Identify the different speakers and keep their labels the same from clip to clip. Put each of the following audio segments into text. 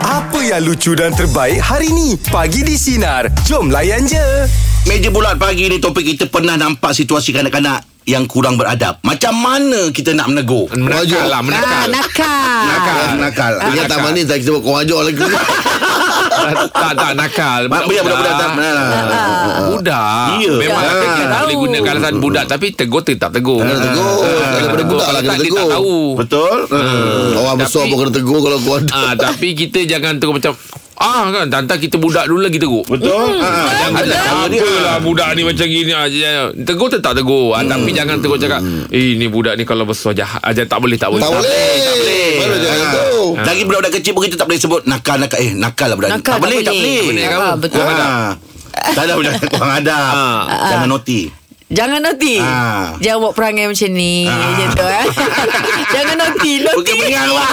Speaker 1: Apa yang lucu dan terbaik hari ni? Pagi di Sinar. Jom layan je.
Speaker 2: Meja bulat pagi ni topik kita pernah nampak situasi kanak-kanak yang kurang beradab. Macam mana kita nak menegur?
Speaker 3: Menakal lah Menakal
Speaker 4: nakal.
Speaker 3: Nakal
Speaker 2: nakal.
Speaker 3: Dia
Speaker 2: Nakal.
Speaker 3: tak manis Tak kita buat kawajok lagi
Speaker 5: tak tak nakal
Speaker 2: Mak biar budak-budak tak
Speaker 5: budak, budak.
Speaker 2: Ya.
Speaker 5: memang
Speaker 4: Ya.
Speaker 5: kita
Speaker 4: Tahu.
Speaker 5: boleh guna alasan budak tapi tegur tetap tegur
Speaker 3: Kena tegur. Daripada budak lah
Speaker 5: Ah. Kalau
Speaker 3: kena
Speaker 5: tak, dia
Speaker 3: tegur.
Speaker 5: tak tahu
Speaker 2: Betul?
Speaker 3: Hmm, Orang
Speaker 5: Tapi-
Speaker 3: besar pun kena tegur Kalau kawajok
Speaker 5: ah tapi kita jangan tegur macam ah kan tantang kita budak dulu lagi tegur
Speaker 2: Betul? Ha, jangan
Speaker 5: Alah, apalah budak ni macam gini ah, dia- Tegur tetap tegur ah, Tapi jangan tegur cakap Eh ni budak ni kalau besar jahat ah, jangan- Tak boleh tak boleh
Speaker 3: Tak boleh Baru jangan
Speaker 2: Ha.
Speaker 3: tegur
Speaker 2: Lagi budak-budak kecil pun kita tak boleh sebut nakal-nakal. Eh, nakal lah budak ni. Tak
Speaker 4: Nakal tak
Speaker 2: boleh, tak
Speaker 4: boleh.
Speaker 2: boleh.
Speaker 4: Tak boleh, betul.
Speaker 2: Ha. Tak ada budak kurang adab. Jangan noti.
Speaker 4: Jangan noti
Speaker 2: Ah.
Speaker 4: Jangan buat perangai macam ni Macam tu eh Jangan noti
Speaker 2: Pergi
Speaker 4: Noti
Speaker 2: pengang lah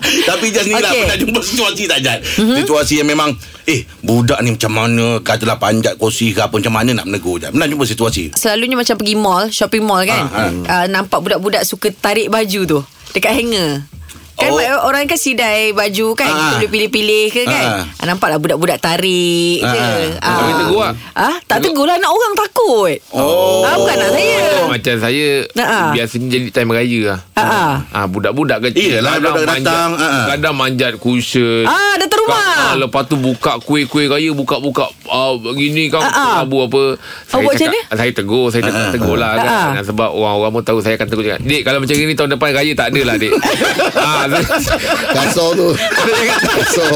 Speaker 2: Tapi Jan ni lah
Speaker 4: Okey.
Speaker 2: Pernah jumpa situasi tak Jan mm-hmm. Situasi yang memang Eh budak ni macam mana Katalah panjat kursi ke apa Macam mana nak menegur Jan Pernah jumpa situasi
Speaker 4: Selalunya macam pergi mall Shopping mall kan
Speaker 2: Ah,
Speaker 4: ah, Nampak budak-budak Suka tarik baju tu Dekat hanger Kan
Speaker 2: Oh.
Speaker 4: oh. orang kan sidai baju kan
Speaker 2: Ah.
Speaker 4: Kita boleh pilih-pilih ke kan
Speaker 2: Ah.
Speaker 4: ah. Nampaklah budak-budak tarik
Speaker 2: Ah.
Speaker 4: je
Speaker 5: Tapi tegur lah.
Speaker 4: ah, Tak tegur lah Nak orang takut oh. ah, Bukan nak saya
Speaker 5: Macam saya
Speaker 4: Ah, ah.
Speaker 5: Biasanya jadi time raya lah
Speaker 4: Ah, ah.
Speaker 5: Ah, Budak-budak kecil
Speaker 2: Yelah, budak-budak datang, ah, ah.
Speaker 5: Kadang manjat cushion
Speaker 4: Ah, datang rumah.
Speaker 5: Ah, Lepas tu buka kuih-kuih raya Buka-buka ah, Gini kan
Speaker 4: Ah, ah.
Speaker 5: Abu apa
Speaker 4: Awak macam
Speaker 5: cakap, Saya tegur Saya tegur, tegur lah kan
Speaker 4: Ah, ah.
Speaker 5: Sebab orang-orang pun tahu Saya akan tegur cakap Dek kalau macam ni Tahun depan raya tak ada lah dek ah, saya-
Speaker 3: Kasar tu Kasar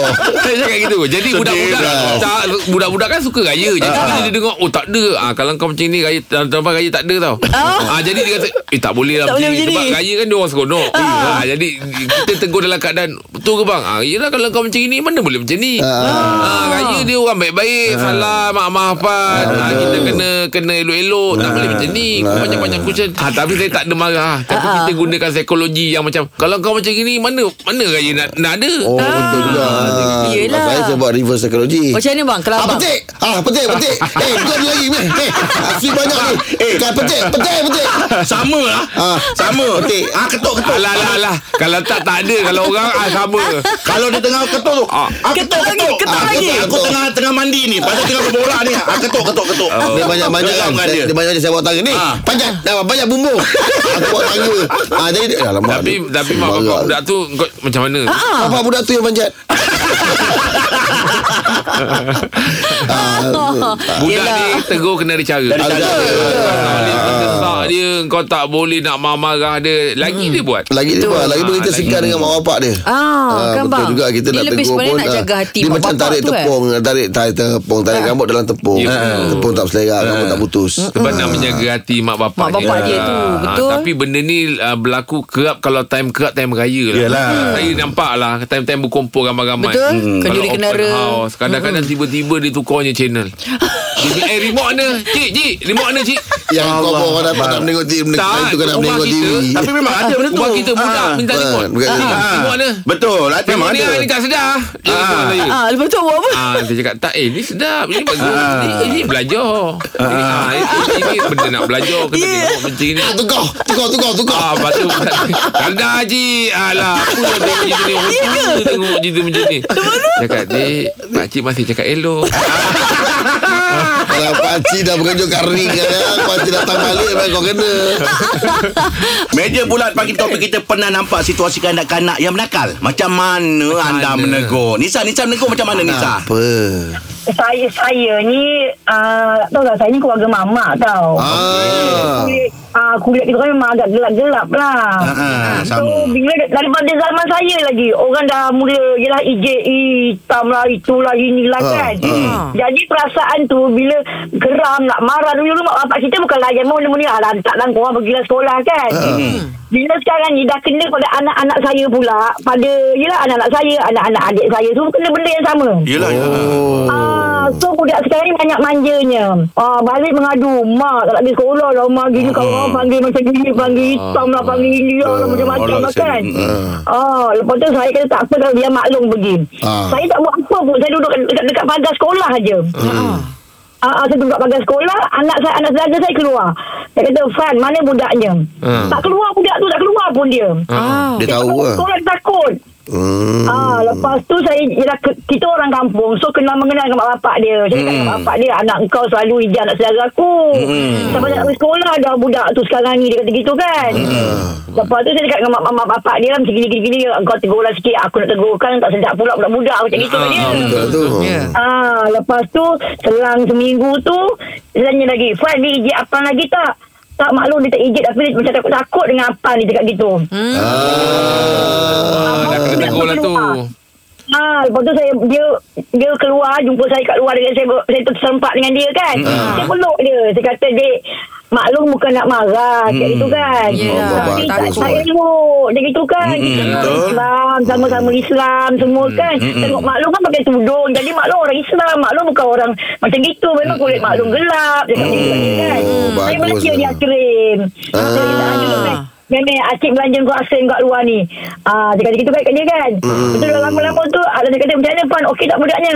Speaker 5: saya cakap gitu Jadi budak-budak
Speaker 3: lah. ah.
Speaker 5: tak, Budak-budak kan suka raya Jadi bila dia dengar Oh tak ada ah, Kalau kau macam ni raya, Tahun depan raya tak ada tau ah, Jadi dia kata Eh tak boleh lah
Speaker 4: Oh. Tak boleh
Speaker 5: ni."
Speaker 4: macam
Speaker 5: Sebab
Speaker 4: ni.
Speaker 5: raya kan dia orang seronok ah, Jadi kita tegur dalam keadaan Betul ke bang ah, Yelah kalau kau macam ni Mana boleh macam ni ah, Raya dia orang baik-baik Salah maaf-maafan ah, Kita kena kena elok-elok Tak boleh macam ni Banyak-banyak cushion ah, Tapi saya tak ada marah Tapi kita gunakan psikologi yang macam Kalau kau macam gini Mana mana raya nak, nak ada
Speaker 3: Oh betul juga Ah,
Speaker 4: Yelah.
Speaker 3: Saya sebab reverse psychology
Speaker 5: Oh,
Speaker 4: Macam mana bang Kalau
Speaker 3: Ah
Speaker 4: abang
Speaker 3: petik Ah petik petik Eh kau ada lagi weh. Eh Asyik banyak ni Eh kau petik petik petik
Speaker 2: Sama lah
Speaker 3: Ah.
Speaker 2: Sama Okey. ah, Ketuk-ketuk
Speaker 5: Alah, alah, alah. Kalau tak, tak ada. Kalau orang, ah, sama.
Speaker 2: Kalau dia tengah ketuk tu ah,
Speaker 4: Ketuk lagi, ketuk
Speaker 2: Ah,
Speaker 4: lagi.
Speaker 2: Aku tengah tengah mandi ni Pasal tengah berbola ni ah, Ketuk-ketuk-ketuk
Speaker 5: Oh.
Speaker 3: Dia banyak banyak kan Dia, dia banyak macam saya bawa tangan ni
Speaker 2: Ah.
Speaker 3: Panjat Dah banyak bumbu Aku bawa tangan ah, Jadi dia- Alamak
Speaker 5: Tapi,
Speaker 3: dia-
Speaker 5: tapi mak bapak
Speaker 3: Marah.
Speaker 5: budak tu kau, Ah, macam mana?
Speaker 3: Apa Ah. budak tu yang panjat Ah,
Speaker 5: Budak ni tegur kena ada cara. Ada
Speaker 3: cara.
Speaker 2: Ah,
Speaker 5: Desak dia, kau tak boleh nak marah-marah dia.
Speaker 4: Hmm.
Speaker 5: Lagi dia buat.
Speaker 3: Lagi dia buat Lagi pun kita
Speaker 5: Ah, lagi.
Speaker 3: sekat dengan mak bapak dia
Speaker 4: Ah, kan
Speaker 3: betul
Speaker 4: bang.
Speaker 3: juga kita
Speaker 4: Dia
Speaker 3: nak
Speaker 4: lebih
Speaker 3: tegur
Speaker 4: sebenarnya
Speaker 3: pun
Speaker 4: nak
Speaker 3: ah.
Speaker 4: jaga hati
Speaker 3: dia
Speaker 4: mak
Speaker 3: macam
Speaker 4: bapak
Speaker 3: tarik
Speaker 4: tu, eh.
Speaker 3: tepung ah, tarik tarik tepung tarik rambut dalam tepung
Speaker 5: Ya,
Speaker 3: Ah,
Speaker 5: betul. Eh.
Speaker 3: tepung tak selera rambut tak putus Ah,
Speaker 5: Sebab nak menjaga hati mak bapak
Speaker 4: Ah. Mak bapak dia tu,
Speaker 5: Ah,
Speaker 4: betul.
Speaker 5: Tapi benda ni ah, berlaku kerap kalau time kerap time raya lah.
Speaker 2: Yalah.
Speaker 5: Saya nampak lah time-time berkumpul ramai-ramai. Hmm.
Speaker 4: Betul. Kenduri
Speaker 5: Kalau open
Speaker 4: kenara. Hmm.
Speaker 5: house, Kadang-kadang tiba-tiba dia tukarnya channel. Dia bilang, eh remote mana? Cik, cik, remote mana cik?
Speaker 3: yang kau bawa orang dapat tak menengok TV
Speaker 5: Tak,
Speaker 3: itu kan nak
Speaker 5: rumah
Speaker 3: menengok
Speaker 5: kita,
Speaker 3: TV
Speaker 2: Tapi memang
Speaker 4: Ah,
Speaker 2: ada benda tu
Speaker 5: Rumah kita budak minta
Speaker 3: Ah,
Speaker 5: remote.
Speaker 3: bukan
Speaker 5: Ah,
Speaker 3: remote.
Speaker 5: Remote mana?
Speaker 2: Betul ada Memang
Speaker 5: Memang ni
Speaker 2: ada
Speaker 5: ni tak sedar. Dia tegur saya.
Speaker 4: Ah, lepas tu buat apa?
Speaker 5: Ah, dia cakap tak eh ni sedap ini bagus ini, ini belajar ini, ah, ini, ini benda nak belajar kena
Speaker 4: Yeah.
Speaker 5: tengok macam ni
Speaker 3: Ah, tukar tukar tukar tukar
Speaker 5: Ah, lepas tu Kanda Haji Alah Aku dah tengok cerita ni Aku dah tengok cerita macam ni Cakap Dek Pakcik masih cakap elok
Speaker 3: Kalau pakcik dah berkejuk kat ring kan, kadang Pakcik datang balik memang kau kena
Speaker 2: Meja bulat pagi topik kita Pernah nampak situasi kanak-kanak Yang menakal Macam mana anda
Speaker 5: mana?
Speaker 2: menegur Nisa Nisa menegur macam mana Nisa
Speaker 3: Apa
Speaker 6: saya saya ni uh, tahu tak saya ni keluarga mamak tau. Ah.
Speaker 3: Ah.
Speaker 6: Kulit, uh, kulit kita orang memang agak gelap-gelap lah.
Speaker 2: Ah, ah,
Speaker 6: so,
Speaker 2: sama.
Speaker 6: bila daripada zaman saya lagi, orang dah mula ialah IJI, hitam lah, itulah, inilah
Speaker 3: Ah,
Speaker 6: kan.
Speaker 4: ah.
Speaker 6: Jadi perasaan tu bila geram nak marah dulu mak bapak kita bukan layan mula-mula ah, lantaklah korang pergilah sekolah kan. Bila sekarang ni dah kena pada anak-anak saya pula, pada ialah anak-anak saya, anak-anak adik saya semua kena benda yang sama.
Speaker 2: Yelah oh.
Speaker 6: Ah, so budak sekarang ni banyak manjanya. Ah, balik mengadu, mak tak nak pergi sekolah lah, mak gini kau orang panggil macam gini, panggil hitam lah, panggil India lah, macam-macam lah kan. Ah, lepas tu saya kata tak apa kalau dia maklum pergi.
Speaker 3: Ah.
Speaker 6: Saya tak buat apa pun, saya duduk dekat, dekat pagar sekolah aja.
Speaker 3: Hmm.
Speaker 6: Ah, ah, saya duduk pagar sekolah, anak saya anak saudara saya keluar. Saya kata, "Fan, mana budaknya?" Tak keluar budak tu, tak keluar pun dia.
Speaker 4: Ah.
Speaker 3: Dia tahu
Speaker 6: Dia
Speaker 3: lah
Speaker 6: sekolah dia takut.
Speaker 3: Hmm.
Speaker 6: Ah, lepas tu saya ialah, ke- kita orang kampung so kenal mengenal dengan mak bapak dia. Saya hmm. mak bapak dia anak kau selalu ijaz anak saudara aku. Hmm. Sampai nak pergi sekolah dah budak tu sekarang ni dia kata gitu kan. Hmm. Lepas tu saya dekat dengan mak, mak bapak dia lah macam gini-gini kau tegurlah sikit aku nak tegurkan tak sedap pula budak-budak macam gitu
Speaker 3: Ah,
Speaker 6: kan dia.
Speaker 3: Betul tu.
Speaker 4: Ya.
Speaker 6: Ah, lepas tu selang seminggu tu saya tanya lagi, "Fuad ni ijaz apa lagi tak?" Tak maklum dia tak ijaz tapi dia macam takut-takut dengan apa ni cakap gitu. Hmm.
Speaker 5: Ah, dah kena tegur lah tu.
Speaker 6: Ha, lepas tu saya dia dia keluar jumpa saya kat luar dengan saya saya terserempak dengan dia kan. Hmm. Saya peluk dia. Saya kata dek maklum bukan nak marah hmm. gitu kan.
Speaker 4: Yelah,
Speaker 6: Tapi tak
Speaker 4: takut.
Speaker 6: saya elok dia gitu kan.
Speaker 2: Hmm,
Speaker 6: Kita orang
Speaker 2: betul.
Speaker 6: Islam sama-sama Islam semua kan. Tengok maklum kan pakai tudung. Jadi maklum orang Islam, maklum bukan orang macam gitu. Memang kulit maklum gelap cakap macam gitu kan.
Speaker 3: Oh,
Speaker 6: Saya
Speaker 3: bagus
Speaker 6: boleh kira
Speaker 3: tu.
Speaker 6: dia krim. Saya tak ada
Speaker 4: Ah.
Speaker 6: Nenek asyik belanja kau asin kat luar ni ah, Dia kata gitu kan kat dia kan Lepas tu dah lama-lama tu Ada dia kata macam mana Pan Okey tak budaknya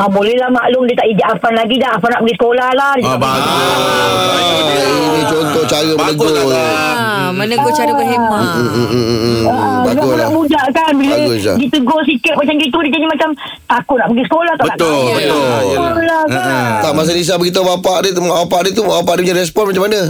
Speaker 6: ah, Boleh lah maklum Dia tak ijak Afan lagi dah Afan nak pergi sekolah lah Dia
Speaker 2: Ah,
Speaker 6: cakap,
Speaker 2: bagus.
Speaker 3: Ah, Ini contoh cara
Speaker 2: Bagus
Speaker 3: menegur.
Speaker 2: lah.
Speaker 4: Ah, mana kau cara berhemah.
Speaker 3: Hmm, hmm, hmm, hmm.
Speaker 6: Ah, sebab
Speaker 3: Bagus lah.
Speaker 6: budak budak kan Bila
Speaker 3: Bagus lah.
Speaker 6: ditegur sikit macam gitu Dia jadi macam Takut nak pergi sekolah tak
Speaker 2: Betul,
Speaker 6: nak Ah,
Speaker 2: betul.
Speaker 6: Sekolah kan
Speaker 3: Tak masa Lisa beritahu bapak dia tu mak bapak dia tu mak bapak dia punya respon macam mana?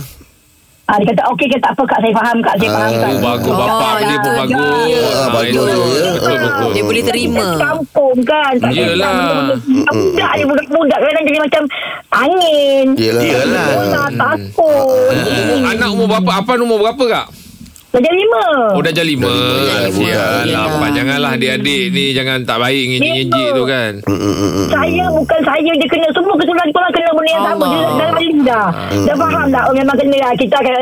Speaker 6: ah, Dia kata okey ke tak apa kak Saya faham kak Saya faham kak
Speaker 5: Oh, bagus. Bapak
Speaker 4: Ah,
Speaker 5: dia pun
Speaker 4: ya.
Speaker 5: bagus.
Speaker 4: Ya.
Speaker 5: Ah,
Speaker 3: bagus
Speaker 5: elok.
Speaker 3: tu, ya.
Speaker 5: Betul, betul.
Speaker 4: Dia boleh terima.
Speaker 6: Kita kampung kan tak
Speaker 5: Yelah.
Speaker 6: Budak budak ni budak-budak kadang jadi macam Angin
Speaker 3: Yelah.
Speaker 2: Yelah.
Speaker 5: Hmm.
Speaker 6: Sekolah
Speaker 5: Ah,
Speaker 6: takut
Speaker 5: Umur- Anak umur berapa? Apa umur berapa kak?
Speaker 6: Darjah lima
Speaker 5: Oh dah jadi lima
Speaker 3: budak.
Speaker 5: Kasihanlah Pak Janganlah adik-adik ni Jangan tak baik Ngejik-ngejik tu kan
Speaker 6: Saya bukan saya je kena Semua keseluruhan kita orang kena benda yang sama
Speaker 4: Allah.
Speaker 6: Dia dah- dah lalu dah
Speaker 5: Hmm.
Speaker 6: Dah faham dah oh, Memang kena lah Kita akan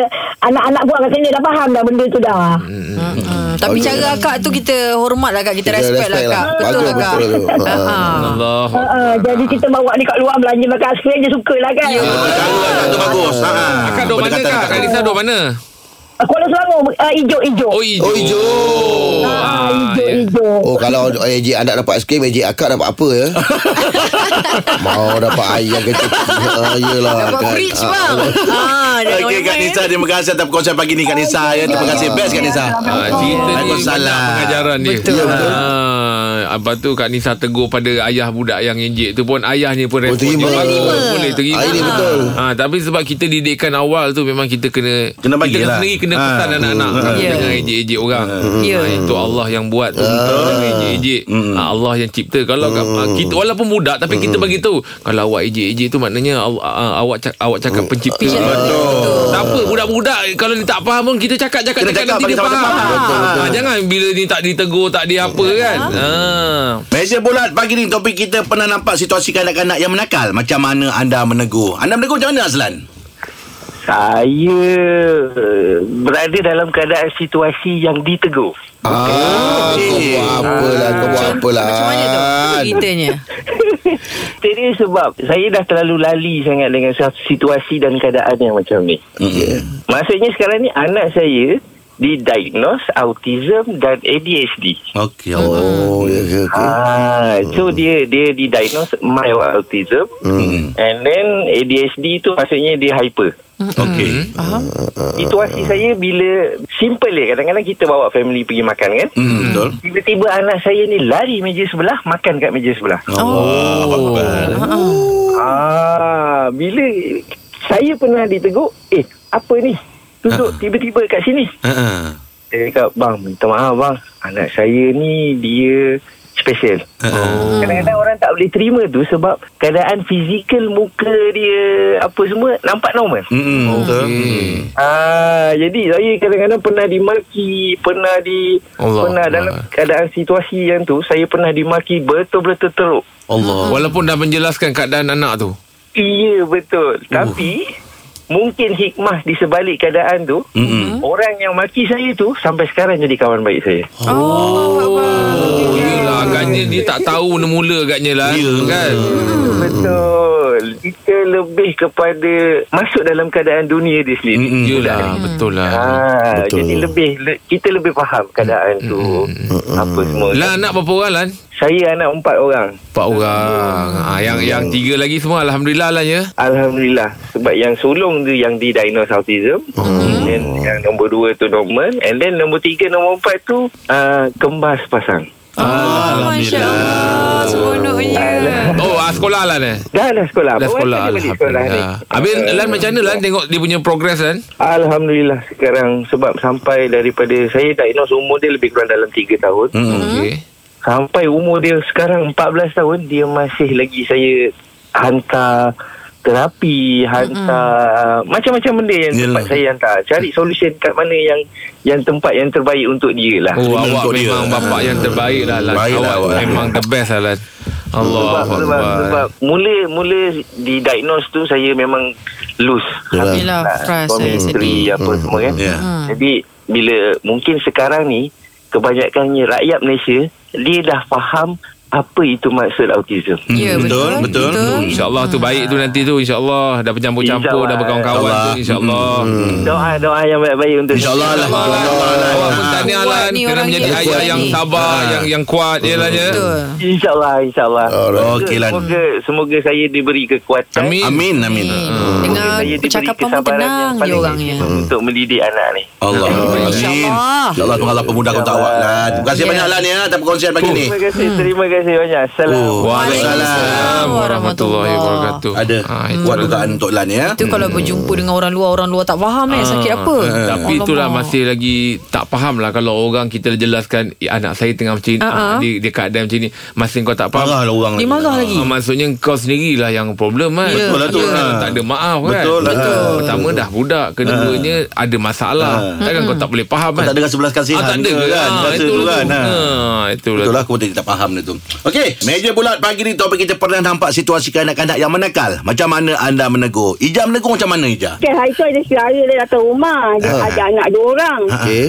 Speaker 6: Anak-anak pun akan kena Dah faham dah benda tu dah
Speaker 4: Hmm, tapi cara akak tu kita hormat lah kak. Kita,
Speaker 3: Kita
Speaker 4: respect, lah
Speaker 3: respect
Speaker 4: kak.
Speaker 3: lah.
Speaker 4: Betul
Speaker 3: Bagus,
Speaker 4: lah kak.
Speaker 3: betul tu. Ha.
Speaker 4: Ah, ah.
Speaker 5: Allah
Speaker 6: Uh, uh, jadi kita bawa ni kat luar belanja makan aspirin dia suka lah
Speaker 5: Ya,
Speaker 6: kan.
Speaker 2: Ah, Cara anak tu bagus. Ha.
Speaker 5: Kak duduk mana
Speaker 2: Berdekatan
Speaker 5: kak?
Speaker 2: dekat
Speaker 5: Kak Lisa duduk mana?
Speaker 6: Uh, Kuala Selangor uh, ijo-ijo.
Speaker 5: Oh hijau
Speaker 3: Oh, hijau.
Speaker 5: Ah,
Speaker 6: Ah,
Speaker 5: ya.
Speaker 6: ijo-ijo.
Speaker 3: Oh kalau AJ anak dapat skrim AJ akak dapat apa ya? Mau dapat ayam ke cik ah, Yelah
Speaker 4: Dapat
Speaker 3: kan.
Speaker 4: fridge
Speaker 3: Ah,
Speaker 4: bang. Ah, jangan
Speaker 2: Okey Kak
Speaker 4: main-main.
Speaker 2: Nisa Terima kasih atas perkongsian pagi ni Kak Nisa ya. Terima kasih Best Kak Nisa
Speaker 5: Ah, cerita ni banyak
Speaker 2: Waalaikumsalam.
Speaker 5: pengajaran dia.
Speaker 4: Betul. Ya, betul.
Speaker 5: Ah, lepas tu Kak Nisa tegur pada ayah budak yang injek tu pun ayahnya pun respon dia
Speaker 3: terima.
Speaker 5: bagus.
Speaker 4: Terima.
Speaker 5: Boleh terima.
Speaker 3: Ah, ini betul.
Speaker 5: Ah, tapi sebab kita didikan awal tu memang kita kena
Speaker 2: Kena bagi
Speaker 5: kita
Speaker 2: lah.
Speaker 5: sendiri kena
Speaker 2: Ah.
Speaker 5: pesan anak-anak
Speaker 4: Ya.
Speaker 5: jangan injek-injek orang.
Speaker 4: Ya.
Speaker 5: Ah, itu Allah yang buat tu. Jangan injek-injek. Ah, Allah yang cipta. Kalau kat- ah, kita walaupun budak tapi kita bagi tahu kalau awak injek-injek tu maknanya aw- ah, awak cak- awak cakap pencipta. Betul. Tak apa budak-budak kalau dia tak faham pun kita cakap-cakap
Speaker 2: Kena
Speaker 5: cakap
Speaker 2: cakap
Speaker 5: nanti dia
Speaker 2: bagi sama-sama
Speaker 5: faham.
Speaker 2: faham. Betul, betul.
Speaker 5: Ah, jangan bila ni tak ditegur tak dia apa kan. Ah.
Speaker 2: Meja bulat pagi ni topik kita pernah nampak situasi kanak-kanak yang menakal. Macam mana anda menegur? Anda menegur macam mana Azlan?
Speaker 7: Saya eh, berada dalam keadaan situasi yang ditegur.
Speaker 3: Ah, kau buat apalah, kau buat lah. apalah.
Speaker 4: Macam mana tu
Speaker 3: Ah,
Speaker 4: ceritanya?
Speaker 7: Jadi sebab saya dah terlalu lali sangat dengan sa- situasi dan keadaan yang macam ni.
Speaker 2: Mm-mm.
Speaker 7: Maksudnya sekarang ni anak saya didiagnose autism dan ADHD.
Speaker 2: Okey. Allah.
Speaker 3: Oh, ya ke? ke?
Speaker 7: Ah, so dia dia didiagnose mild autism
Speaker 2: Mm.
Speaker 7: and then ADHD tu maksudnya dia hyper.
Speaker 2: Okey.
Speaker 7: Situasi saya bila simple je kadang-kadang kita bawa family pergi makan kan.
Speaker 2: Mm, betul.
Speaker 7: Tiba-tiba anak saya ni lari meja sebelah Makan kat meja sebelah
Speaker 4: Ya
Speaker 3: oh.
Speaker 4: Oh.
Speaker 2: Allah
Speaker 4: Ah,
Speaker 2: Akbar.
Speaker 7: Ah, Bila Saya pernah ditegur Eh apa ni Duduk tiba-tiba kat sini
Speaker 2: Ha.
Speaker 7: Saya cakap Bang minta maaf bang Anak saya ni Dia Special Kadang-kadang orang tak boleh terima tu Sebab Keadaan fizikal Muka dia Apa semua Nampak normal
Speaker 2: Mm, betul.
Speaker 5: Hmm.
Speaker 2: Mm.
Speaker 7: Ah, jadi saya kadang-kadang pernah dimaki, pernah di
Speaker 5: Allah.
Speaker 7: Allah pernah dalam keadaan situasi yang tu saya pernah dimaki betul-betul teruk.
Speaker 2: Allah.
Speaker 5: Walaupun dah menjelaskan keadaan anak tu.
Speaker 7: Iya betul. Uh. Tapi mungkin hikmah di sebalik keadaan tu
Speaker 2: Mm-mm.
Speaker 7: orang yang maki saya tu sampai sekarang jadi kawan baik saya.
Speaker 5: Oh, yelah agaknya dia tak tahu mula-mula agaknya lah
Speaker 2: Ya.
Speaker 5: kan.
Speaker 7: Hmm, Betul. Kita lebih kepada masuk dalam keadaan dunia di
Speaker 5: Hmm.
Speaker 7: sini.
Speaker 2: Mm-mm.
Speaker 5: Yelah, betul lah.
Speaker 7: Ah,
Speaker 3: Betul.
Speaker 7: jadi lebih le, kita lebih faham keadaan tu apa semua. kan.
Speaker 5: Lah anak berapa orang Lan?
Speaker 7: Saya anak empat orang.
Speaker 5: Empat orang. Ah, yang yang tiga lagi semua alhamdulillah lah ya.
Speaker 7: Alhamdulillah Sebab yang sulung tu Yang didiagnose autism And ah, then Yang nombor dua tu normal And then nombor tiga Nombor empat tu uh, Kembar sepasang
Speaker 4: Oh, Masya Allah. Seronoknya.
Speaker 5: Oh, ah, sekolah lah ni.
Speaker 7: Dah dah sekolah
Speaker 5: Dah
Speaker 7: Baru
Speaker 5: sekolah
Speaker 7: sekali balik sekolah ni.
Speaker 5: Alhamdulillah Habis Lan macam mana Lan Tengok dia punya progress Lan
Speaker 7: Alhamdulillah sekarang Sebab sampai daripada Saya diagnose umur dia Lebih kurang dalam 3 tahun
Speaker 2: Hmm.
Speaker 5: Okay
Speaker 7: Sampai umur dia sekarang 14 tahun Dia masih lagi saya Hantar terapi Hantar
Speaker 5: Hmm.
Speaker 7: mm-hmm. Macam-macam benda yang
Speaker 2: Yelah.
Speaker 7: tempat saya hantar Cari solution kat mana yang Yang tempat yang terbaik untuk dia lah
Speaker 5: Oh
Speaker 2: Untuk
Speaker 5: awak
Speaker 2: dia.
Speaker 5: memang bapak yang terbaik lah Lan
Speaker 2: Baik lah
Speaker 5: Awak
Speaker 2: awak.
Speaker 5: memang the best lah Lan Allah
Speaker 7: sebab, sebab, sebab mula mula di diagnose tu saya memang loose.
Speaker 3: Yelah.
Speaker 4: Yelah, frust,
Speaker 7: suami
Speaker 4: eh,
Speaker 7: isteri
Speaker 4: sedih. Hmm.
Speaker 7: apa semua kan.
Speaker 2: Ya.
Speaker 7: Jadi bila mungkin sekarang ni kebanyakannya rakyat Malaysia dia dah faham apa itu maksud autism.
Speaker 4: Ya,
Speaker 2: Betul, betul.
Speaker 5: InsyaAllah tu baik tu nanti tu InsyaAllah Dah bercampur-campur Dah
Speaker 7: InsyaAllah.
Speaker 5: berkawan-kawan tu InsyaAllah
Speaker 7: Doa doa yang baik-baik untuk
Speaker 2: InsyaAllah lah.
Speaker 5: Awak pun
Speaker 2: Ah.
Speaker 5: tahniah
Speaker 4: Kuat
Speaker 5: Lan
Speaker 4: ni
Speaker 5: Kerana
Speaker 4: orang
Speaker 5: menjadi
Speaker 4: ni.
Speaker 5: ayah
Speaker 4: Kuat
Speaker 5: yang
Speaker 4: ni.
Speaker 5: sabar Yang yang kuat je Lan ya
Speaker 4: Betul.
Speaker 7: Insyaallah insyaallah.
Speaker 2: Alright. Okey, Lan.
Speaker 7: semoga semoga saya diberi kekuatan.
Speaker 5: Amin.
Speaker 2: Amin, amin.
Speaker 4: Hmm. Dengar
Speaker 7: Saya diberi
Speaker 4: percakapan pun
Speaker 7: kesabaran
Speaker 4: tenang
Speaker 7: yang
Speaker 4: dia
Speaker 7: paling
Speaker 4: orangnya.
Speaker 7: ideal
Speaker 2: Hmm.
Speaker 7: Untuk mendidik anak ni.
Speaker 2: Allah. Amin.
Speaker 4: InsyaAllah.
Speaker 2: InsyaAllah Tuhan Allah pemudahkan untuk awak Lan. Terima kasih
Speaker 4: Ya.
Speaker 2: banyak Lan ya atas perkongsian pagi ni.
Speaker 7: Terima kasih,
Speaker 4: Hmm.
Speaker 7: terima kasih banyak. Salam.
Speaker 2: Oh,
Speaker 4: Waalaikumsalam. Hmm.
Speaker 2: Waalaikumsalam.
Speaker 5: Warahmatullahi wabarakatuh Ah,
Speaker 2: Ada kuat dugaan untuk Lan ya.
Speaker 4: Itu kalau berjumpa dengan orang luar Orang luar tak faham eh Sakit
Speaker 2: Ah.
Speaker 4: apa
Speaker 5: Ah, Tapi
Speaker 4: Alamak.
Speaker 5: itulah masih lagi tak faham lah kalau orang kita jelaskan "Eh, anak saya tengah macam ni,
Speaker 4: Ah,
Speaker 5: uh-huh.
Speaker 4: ah.
Speaker 5: dia, dia keadaan macam ni. Masih kau tak faham.
Speaker 2: Marah lah orang.
Speaker 4: Dia
Speaker 2: lagi.
Speaker 4: marah lagi Ya,
Speaker 5: Ah, maksudnya kau sendirilah yang problem kan.
Speaker 4: Betul
Speaker 2: lah tu.
Speaker 5: Kalau
Speaker 2: Ah.
Speaker 5: Tak ada maaf kan.
Speaker 2: Betul lah.
Speaker 5: Ah, Pertama dah budak, keduanya ada masalah. Takkan kau tak boleh faham
Speaker 2: Ah. Kau
Speaker 5: kan.
Speaker 2: tak ada rasa belas kasihan
Speaker 5: Ah, tak ada
Speaker 2: ke kan?
Speaker 5: Ah,
Speaker 2: Rasa tu kan.
Speaker 5: Ah,
Speaker 2: ha.
Speaker 5: itulah.
Speaker 2: Betul lah aku pun tak faham dia tu Okey Meja bulat pagi ni Topik kita pernah nampak Situasi kanak-kanak yang menakal Macam mana anda menegur Ija menegur macam mana Ija
Speaker 6: Kan hari tu ada saudara dia datang rumah Dia
Speaker 2: Ha.
Speaker 6: ada anak dua orang
Speaker 3: Okey.